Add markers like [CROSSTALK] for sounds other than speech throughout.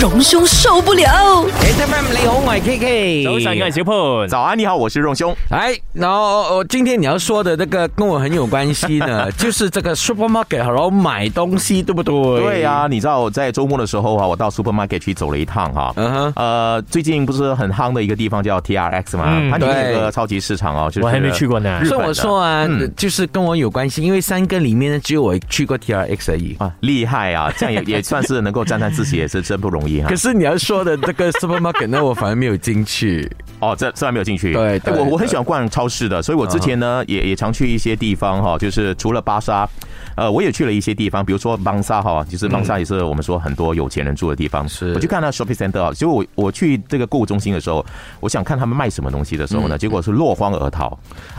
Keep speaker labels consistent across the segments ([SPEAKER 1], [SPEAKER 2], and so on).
[SPEAKER 1] 隆胸受不了。
[SPEAKER 2] ，HFM 你好，我系 KK。
[SPEAKER 3] 早晨，我系小潘。
[SPEAKER 4] 早安，你好，我是荣兄。
[SPEAKER 2] 哎，然后我今天你要说的这个跟我很有关系
[SPEAKER 4] [LAUGHS]
[SPEAKER 2] 呢，就是这个 supermarket，然后买东西，对不对？
[SPEAKER 4] 对啊，你知道在周末的时候啊，我到 supermarket 去走了一趟哈、
[SPEAKER 2] 嗯哼
[SPEAKER 4] 呃，最近不是很夯的一个地方叫 TRX 嘛，
[SPEAKER 3] 嗯
[SPEAKER 4] 它里面有
[SPEAKER 2] 对
[SPEAKER 4] 个超级市场哦，就是
[SPEAKER 3] 我还没去过呢
[SPEAKER 4] 日
[SPEAKER 2] 所
[SPEAKER 4] 本
[SPEAKER 2] 以
[SPEAKER 4] 的
[SPEAKER 2] 我说啊，
[SPEAKER 4] 嗯
[SPEAKER 2] 就是跟我有关系，因为三个里面呢，只有我去过 T R X 而已。
[SPEAKER 4] 啊，厉害啊，这样
[SPEAKER 2] [LAUGHS]
[SPEAKER 4] 也也算是能够沾沾自喜，也是真不容易哈
[SPEAKER 2] 可。是你要说的这个 supermarket 呢，我反而没有进
[SPEAKER 4] [LAUGHS]
[SPEAKER 2] 去。
[SPEAKER 4] 哦，这这还没有进去。
[SPEAKER 2] 对对
[SPEAKER 4] 哎我我很
[SPEAKER 2] 对嗯
[SPEAKER 4] 喜欢逛超市的，所以我之前呢也也常去一些地方哈，就是除了巴沙，呃，我也去了一些地方，比如说邦沙哈，其实邦沙也是我们说很多有钱人住的地方。
[SPEAKER 2] 嗯是
[SPEAKER 4] 我去看那 shopping center，啊就我我去这个购物中心的时候，我想看他们卖什么东西的时候呢，结果是落荒而逃。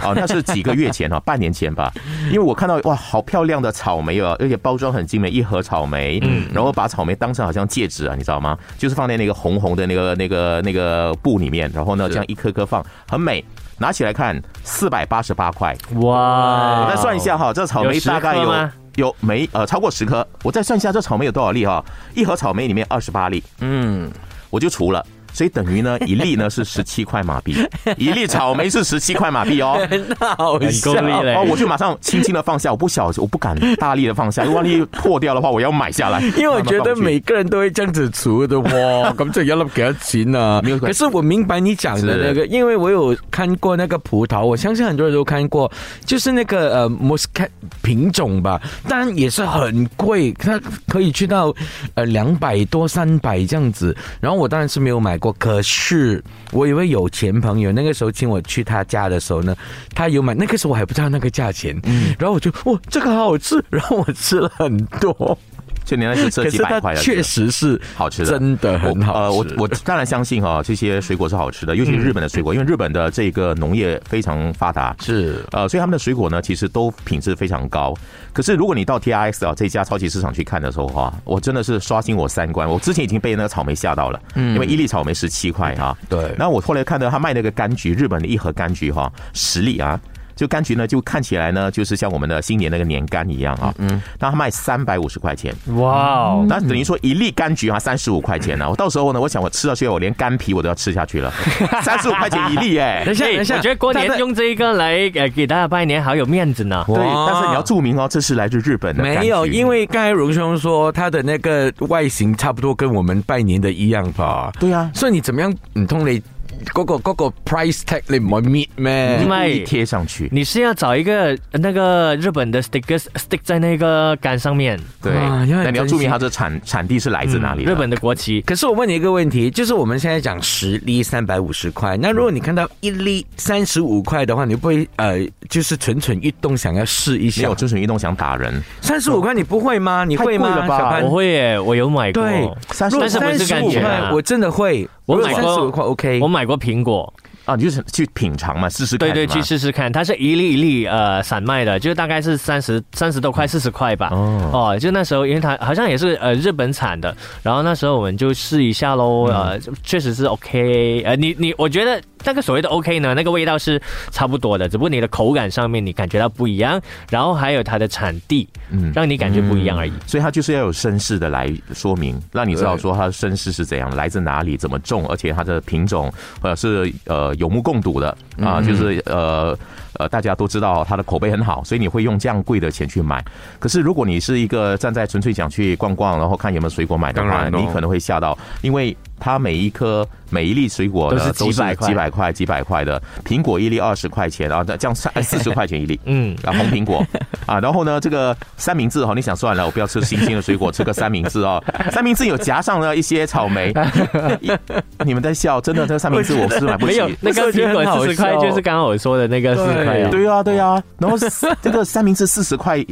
[SPEAKER 4] 啊，那是几个月前哈，半年前吧，因为我看到哇，好漂亮的草莓啊，而且包装很精美，一盒草莓，嗯，然后把草莓当成好像戒指啊，你知道吗？就是放在那个红红的那个那个那个布里面，然后呢，这样一颗颗放，很美。拿起来看，四百八十八块。
[SPEAKER 3] 哇
[SPEAKER 2] 哦
[SPEAKER 4] 我再哎算一下，哈，这草莓
[SPEAKER 3] 有十颗
[SPEAKER 4] 大概有
[SPEAKER 3] 吗
[SPEAKER 4] 有没呃超过十颗。我再算一下这草莓有多少粒哈？一盒草莓里面二十八粒，
[SPEAKER 2] 嗯，
[SPEAKER 4] 我就除了。所以等
[SPEAKER 2] [LAUGHS]
[SPEAKER 4] 于呢，一粒呢是十七块马币，一粒草莓是十七块马币
[SPEAKER 2] [LAUGHS]
[SPEAKER 4] 哦。
[SPEAKER 2] 那好
[SPEAKER 3] 很
[SPEAKER 2] 笑
[SPEAKER 3] 够。力嘞
[SPEAKER 4] 哦，我就马上轻轻的放下，我不小，我不敢大力的放下，因为万一破掉的话，我要买下来。
[SPEAKER 2] [LAUGHS] 因为我
[SPEAKER 4] 慢慢
[SPEAKER 2] 觉得
[SPEAKER 4] 放回去
[SPEAKER 2] 每个人都会这样子除的哇，
[SPEAKER 4] [LAUGHS]
[SPEAKER 2] 咁就要那给他钱啊。
[SPEAKER 4] 没有关
[SPEAKER 2] 可
[SPEAKER 4] 系
[SPEAKER 2] 是我明白你讲的那个，因为我有看过那个葡萄，我相信很多人都看过，就是那个呃 Muscat 品种吧，当然也是很贵，它可以去到呃两百多、三百这样子。然后我当然是没有买过，可是我有位有钱朋友，那个时候请我去他家的时候呢，他有买，那个时候我还不知道那个价钱，
[SPEAKER 4] 嗯
[SPEAKER 2] 然后我就哇这个好好吃，然后我吃了很多。
[SPEAKER 4] 去年那是这
[SPEAKER 2] 可
[SPEAKER 4] 几
[SPEAKER 2] 是
[SPEAKER 4] 百
[SPEAKER 2] 它
[SPEAKER 4] 块的，
[SPEAKER 2] 确实是
[SPEAKER 4] 好吃的
[SPEAKER 2] 真的很好吃。嗯
[SPEAKER 4] 呃，我我当然相信啊、这些水果是好吃的，尤其是日本的水果，因为日本的这个农业非常发达，
[SPEAKER 2] 是
[SPEAKER 4] 呃，所以他们的水果呢，其实都品质非常高。可是如果你到 T R X 啊这家超级市场去看的时候哈、我真的是刷新我三观。我之前已经被那个草莓吓到了，因为一粒草莓十七块哈、
[SPEAKER 2] 对
[SPEAKER 4] 然后我后来看到他卖那个柑橘，日本的一盒柑橘哈、十粒啊。就柑橘呢，就看起来呢，就是像我们的新年那个年柑一样啊。嗯，那它卖三百五十块钱，
[SPEAKER 3] 哇哦，
[SPEAKER 4] 那等于说一粒柑橘啊，三十五块钱呢、我到时候呢，我想我吃下去，我连柑皮我都要吃下去了，三十五块钱一粒哎、
[SPEAKER 2] 等一下，
[SPEAKER 3] 哎
[SPEAKER 2] 等一下，
[SPEAKER 3] 我觉得过年用这一个来呃给大家拜年好有面子呢。
[SPEAKER 4] 对，
[SPEAKER 2] 哇
[SPEAKER 4] 但是你要注明哦，这是来自日本的柑橘。
[SPEAKER 2] 没有，因为刚才荣兄说他的那个外形差不多跟我们拜年的一样吧，
[SPEAKER 4] 对啊，
[SPEAKER 2] 所以你怎么样？唔通你嗰、個个嗰、個个 price tag 你唔去 meet
[SPEAKER 4] 你
[SPEAKER 2] 咩
[SPEAKER 3] 嗯？
[SPEAKER 4] 故意贴上去。
[SPEAKER 3] 你是要找一个呃那个日本的 stickers stick 在那个杆上面，
[SPEAKER 4] 对，
[SPEAKER 2] 啊要很
[SPEAKER 4] 那你要
[SPEAKER 2] 珍惜
[SPEAKER 4] 注明它的产产地是来自哪里的、
[SPEAKER 3] 日本的国旗。
[SPEAKER 2] 可是我问你一个问题，就是我们现在讲十粒三百五十块，那如果你看到一粒三十五块的话，你会不会呃，就是蠢蠢欲动想要试一
[SPEAKER 4] 没
[SPEAKER 2] 下
[SPEAKER 4] 有？蠢蠢欲动想打人，
[SPEAKER 2] 三十五块你不会吗？你
[SPEAKER 4] 太
[SPEAKER 2] 会
[SPEAKER 4] 贵
[SPEAKER 2] 吗？
[SPEAKER 4] 了吧
[SPEAKER 2] 小潘
[SPEAKER 3] 我会耶，我有买过。
[SPEAKER 2] 对
[SPEAKER 4] 三十
[SPEAKER 2] 如
[SPEAKER 4] 五
[SPEAKER 2] 果
[SPEAKER 3] 但是不
[SPEAKER 2] 三
[SPEAKER 3] 是
[SPEAKER 2] 十
[SPEAKER 3] 感
[SPEAKER 2] 五
[SPEAKER 3] 觉啊
[SPEAKER 2] 块，我真的会。
[SPEAKER 3] 我买
[SPEAKER 2] 三
[SPEAKER 3] 过
[SPEAKER 2] 十五块，OK。
[SPEAKER 3] 我买过苹果，
[SPEAKER 4] 啊，你就是去品尝嘛，试试看
[SPEAKER 3] 对
[SPEAKER 4] 嘛。
[SPEAKER 3] 对，去试试看，它是一粒一粒呃散卖的，就大概是三十三十多块、四十块吧。
[SPEAKER 4] 哦
[SPEAKER 3] 哦就那时候因为它好像也是呃日本产的，然后那时候我们就试一下喽，
[SPEAKER 4] 嗯
[SPEAKER 3] 呃，确实是 OK，呃，你你我觉得那个所谓的 OK 呢，那个味道是差不多的，只不过你的口感上面你感觉到不一样，然后还有它的产地，
[SPEAKER 4] 嗯
[SPEAKER 3] 让你感觉不一样而已。
[SPEAKER 4] 所以它就是要有绅士的来说明，让你知道说它的绅士是怎样，来自哪里，怎么种，而且它的品种或者是呃有目共睹的啊，
[SPEAKER 2] 嗯
[SPEAKER 4] 就是呃呃大家都知道它的口碑很好，所以你会用这样贵的钱去买。可是如果你是一个站在纯粹想去逛逛，然后看有没有水果买的
[SPEAKER 2] 当
[SPEAKER 4] 话，
[SPEAKER 2] 然咯
[SPEAKER 4] 你可能会吓到，因为它每一颗每一粒水果呢
[SPEAKER 3] 都是几百块
[SPEAKER 4] 几百块几百块的，苹果一粒二十块钱啊，那这
[SPEAKER 3] [LAUGHS]
[SPEAKER 4] 样三四十块钱一粒，
[SPEAKER 3] 嗯，
[SPEAKER 4] 啊，红苹果啊，然后呢，这个三明治哈、你想算了，我不要吃新鲜的水果，吃个三明治
[SPEAKER 3] [LAUGHS]
[SPEAKER 4] 哦。三明治有夹上了一些草莓，一你们在笑，真的，这个三明治我是买不
[SPEAKER 3] 没
[SPEAKER 4] 起。
[SPEAKER 3] 有那
[SPEAKER 2] 我
[SPEAKER 3] 个
[SPEAKER 2] 觉得
[SPEAKER 3] 苹
[SPEAKER 2] 很好
[SPEAKER 3] 果四十块
[SPEAKER 2] 笑
[SPEAKER 3] 就是刚刚我说的那个四十块啊，
[SPEAKER 4] 对啊，对啊，然后这个三明治四十块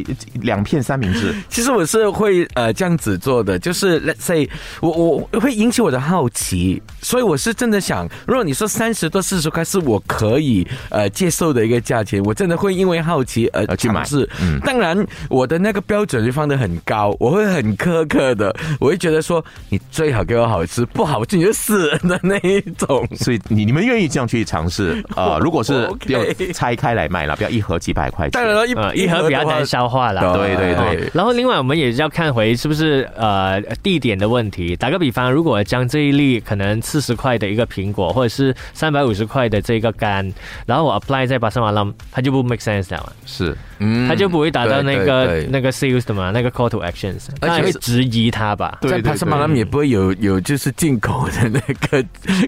[SPEAKER 4] 两片三明治，
[SPEAKER 2] 其实我是会呃这样子做的，就是 let's say 我我我会引起我的好奇，所以我是真的想，如果你说三十多四十块是我可以呃接受的一个价钱，我真的会因为好奇而
[SPEAKER 4] 呃去买
[SPEAKER 2] 尝试。
[SPEAKER 4] 嗯
[SPEAKER 2] 当然我的那个标准就放得很高，我会很苛刻的，我会觉得说你最好给我好吃，不好吃你就死人的那一种。
[SPEAKER 4] 所以你你们愿意这样去尝试啊、呃如果是
[SPEAKER 2] OK
[SPEAKER 4] 要拆开来卖了，不要一盒几百块钱。
[SPEAKER 2] 当然了，一
[SPEAKER 3] [LAUGHS] 呃，一盒比较难消化啦。
[SPEAKER 4] 对对
[SPEAKER 3] 哦
[SPEAKER 4] 对，
[SPEAKER 3] 然后另外我们也是要看回是不是呃地点的问题。打个比方，如果将这一粒可能四十块的一个苹果，或者是三百五十块的这个柑，然后我 apply 在巴塞马浪，它就不 make sense 了嘛，
[SPEAKER 5] 是，
[SPEAKER 2] 嗯
[SPEAKER 3] 它就不会达到那
[SPEAKER 5] 对
[SPEAKER 3] 个
[SPEAKER 5] 对
[SPEAKER 3] 那个 sales 的嘛，那个 call to actions，
[SPEAKER 5] 而且
[SPEAKER 3] 那也会
[SPEAKER 5] 是
[SPEAKER 3] 质疑它吧。
[SPEAKER 4] 对
[SPEAKER 2] 在
[SPEAKER 4] 对
[SPEAKER 2] 帕斯马拉
[SPEAKER 4] 对
[SPEAKER 2] 也不会有有就是进口的那个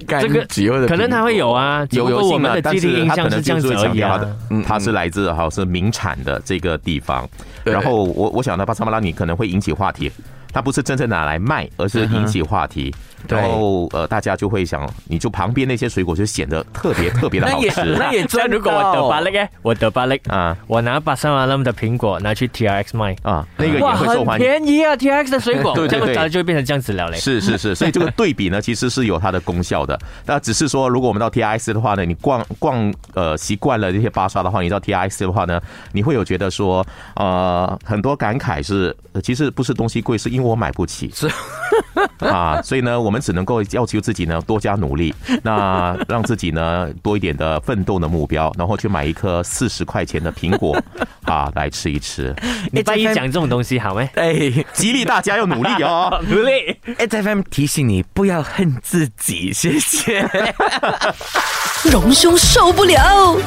[SPEAKER 2] 柑橘或者
[SPEAKER 3] 可能它会有啊，只
[SPEAKER 4] 有
[SPEAKER 3] 不
[SPEAKER 4] 有
[SPEAKER 3] 过我
[SPEAKER 4] 幸
[SPEAKER 3] 们
[SPEAKER 4] 啊，
[SPEAKER 3] 的
[SPEAKER 4] 但
[SPEAKER 3] 既定
[SPEAKER 4] 是
[SPEAKER 3] 印
[SPEAKER 4] 他可
[SPEAKER 3] 象是
[SPEAKER 4] 能
[SPEAKER 3] 这
[SPEAKER 4] 就
[SPEAKER 3] 样
[SPEAKER 4] 是
[SPEAKER 3] 子
[SPEAKER 4] 会
[SPEAKER 3] 而
[SPEAKER 4] 强
[SPEAKER 3] 已
[SPEAKER 4] 调
[SPEAKER 3] 啊
[SPEAKER 4] 的。，它是来自好是名产的这个地方。
[SPEAKER 5] 对
[SPEAKER 4] 然后我我想到巴沙马拉，你可能会引起话题，它不是真正拿来卖，而是引起话题。
[SPEAKER 2] 对
[SPEAKER 4] 然后呃，大家就会想，你就旁边那些水果就显得特别特
[SPEAKER 3] [LAUGHS]
[SPEAKER 4] 别的
[SPEAKER 2] 那
[SPEAKER 4] 好
[SPEAKER 2] 也
[SPEAKER 4] 吃
[SPEAKER 2] 那也
[SPEAKER 3] 但
[SPEAKER 2] 真
[SPEAKER 3] 如果我得巴
[SPEAKER 4] [LAUGHS]
[SPEAKER 2] 到
[SPEAKER 3] 力哎，我得巴力，
[SPEAKER 4] 啊
[SPEAKER 3] 我拿巴塞马浪的苹果拿去 T R X 卖。
[SPEAKER 4] 啊，那个也
[SPEAKER 3] 哇，
[SPEAKER 4] 会受
[SPEAKER 3] 很
[SPEAKER 4] 欢迎。
[SPEAKER 3] 便宜啊！T X 的水果，
[SPEAKER 4] [LAUGHS] 对对对
[SPEAKER 3] 这么早就会变成这样子了嘞。
[SPEAKER 4] 是是是，所以这个对比呢，其实是有它的功效的。那只是说，如果我们到 T I S 的话呢，你逛逛呃习惯了这些巴沙的话，你到 T I S 的话呢，你会有觉得说，呃，很多感慨是，呃其实不是东西贵，是因为我买不起。
[SPEAKER 2] 是
[SPEAKER 4] [LAUGHS] 啊，所以呢，我们只能够要求自己呢多加努力，那让自己呢多一点的奋斗的目标，然后去买一颗四十块钱的苹果啊来吃一吃。
[SPEAKER 3] 你半夜讲这种东西
[SPEAKER 4] [LAUGHS]
[SPEAKER 3] 好没？
[SPEAKER 2] 哎
[SPEAKER 4] 激励大家要努力哦。
[SPEAKER 3] 努力。
[SPEAKER 2] ，H F M 提醒你不要恨自己，谢谢。
[SPEAKER 1] 荣兄受不了。